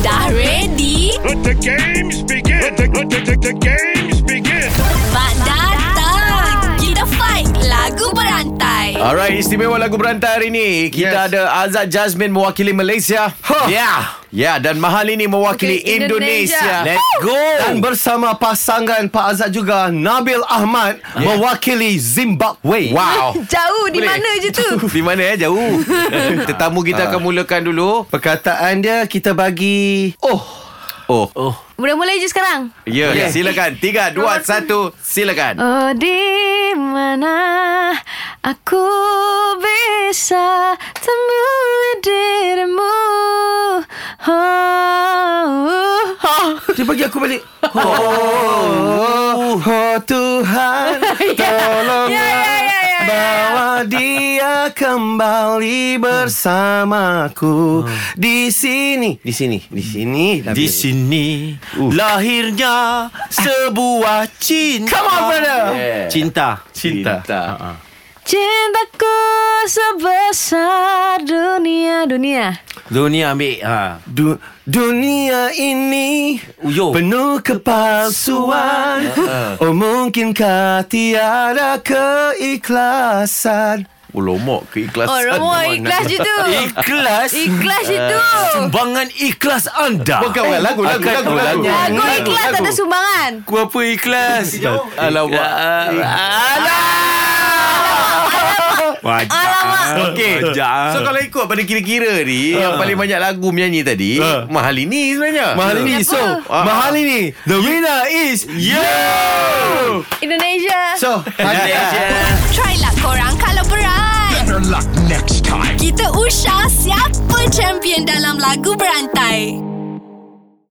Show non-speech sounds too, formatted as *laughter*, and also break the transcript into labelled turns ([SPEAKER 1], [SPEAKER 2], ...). [SPEAKER 1] Dah ready?
[SPEAKER 2] Let the games begin. Let the, let the, the, the games begin.
[SPEAKER 1] Mak datang! Kita fight lagu berantai.
[SPEAKER 3] Ah,
[SPEAKER 4] Alright, istimewa lagu berantai hari ni
[SPEAKER 5] Yes. Ha.
[SPEAKER 4] Kita yes. ada Azad Jasmine mewakili Malaysia huh. Yeah Ya, yeah, dan Mahal ini mewakili okay,
[SPEAKER 3] Okay,
[SPEAKER 4] Indonesia.
[SPEAKER 3] Indonesia.
[SPEAKER 4] Let's go
[SPEAKER 5] Ah. Dan Oh. bersama pasangan Pak Azad juga Nabil Ahmad yeah.
[SPEAKER 4] Ya.
[SPEAKER 5] mewakili Zimbabwe.
[SPEAKER 4] Wow
[SPEAKER 3] Jauh di
[SPEAKER 4] Boleh?
[SPEAKER 3] mana je tu?
[SPEAKER 4] *laughs* Di mana eh,
[SPEAKER 5] *laughs*
[SPEAKER 4] jauh Tetamu kita akan mulakan dulu
[SPEAKER 5] Ah. Perkataan dia kita bagi oh
[SPEAKER 4] Oh, oh.
[SPEAKER 3] Mula-mula je sekarang.
[SPEAKER 4] Ya, yeah, yeah.
[SPEAKER 5] Yeah.
[SPEAKER 4] silakan Tiga, dua, satu Silakan
[SPEAKER 3] Oh di mana aku bisa temui dirimu? Oh.
[SPEAKER 5] dia bagi aku
[SPEAKER 3] *laughs*
[SPEAKER 5] balik. Oh, oh, oh Tuhan
[SPEAKER 3] *laughs*
[SPEAKER 5] tolong
[SPEAKER 3] Ya, ya, ya, ya, ya.
[SPEAKER 5] bawa dia kembali bersamaku di sini di sini di sini
[SPEAKER 4] Hmm. Di sini uh. Lahirnya Sebuah cinta
[SPEAKER 5] Come on, brother.
[SPEAKER 4] Cinta
[SPEAKER 5] Cinta.
[SPEAKER 4] Cinta
[SPEAKER 3] Cintaku sebesar dunia dunia.
[SPEAKER 4] Dunia ambil ha.
[SPEAKER 5] Du- dunia ini
[SPEAKER 4] Uyo. Ah,
[SPEAKER 5] penuh kepalsuan *laughs* Oh mungkinkah Ah, tiada keikhlasan
[SPEAKER 4] Oh, lomok keikhlasan.
[SPEAKER 3] Oh, rumah ikhlas je tu.
[SPEAKER 4] Ikhlas?
[SPEAKER 3] Ikhlas itu.
[SPEAKER 4] Sumbangan ikhlas anda.
[SPEAKER 5] Bukan, bukan, lagu, lagu,
[SPEAKER 4] Bukan,
[SPEAKER 5] lagu, lagu.
[SPEAKER 3] Lagu ikhlas tak ada sumbangan.
[SPEAKER 4] Aku apa ikhlas? Alamak.
[SPEAKER 5] Ya
[SPEAKER 3] Alamak.
[SPEAKER 4] Okey.
[SPEAKER 5] Ah.
[SPEAKER 4] So kalau ikut pada kira-kira ni, yang paling banyak lagu menyanyi tadi,
[SPEAKER 5] Ah.
[SPEAKER 4] Mahal ini sebenarnya.
[SPEAKER 5] Mahal ini so
[SPEAKER 4] Kenapa?
[SPEAKER 5] Mahal ini The winner is
[SPEAKER 4] Yo!
[SPEAKER 3] Indonesia.
[SPEAKER 5] So
[SPEAKER 3] Eh.
[SPEAKER 4] Malaysia.
[SPEAKER 1] Try lah korang kalau berat.
[SPEAKER 2] Better luck next time.
[SPEAKER 1] Kita usah siapa champion dalam lagu berantai.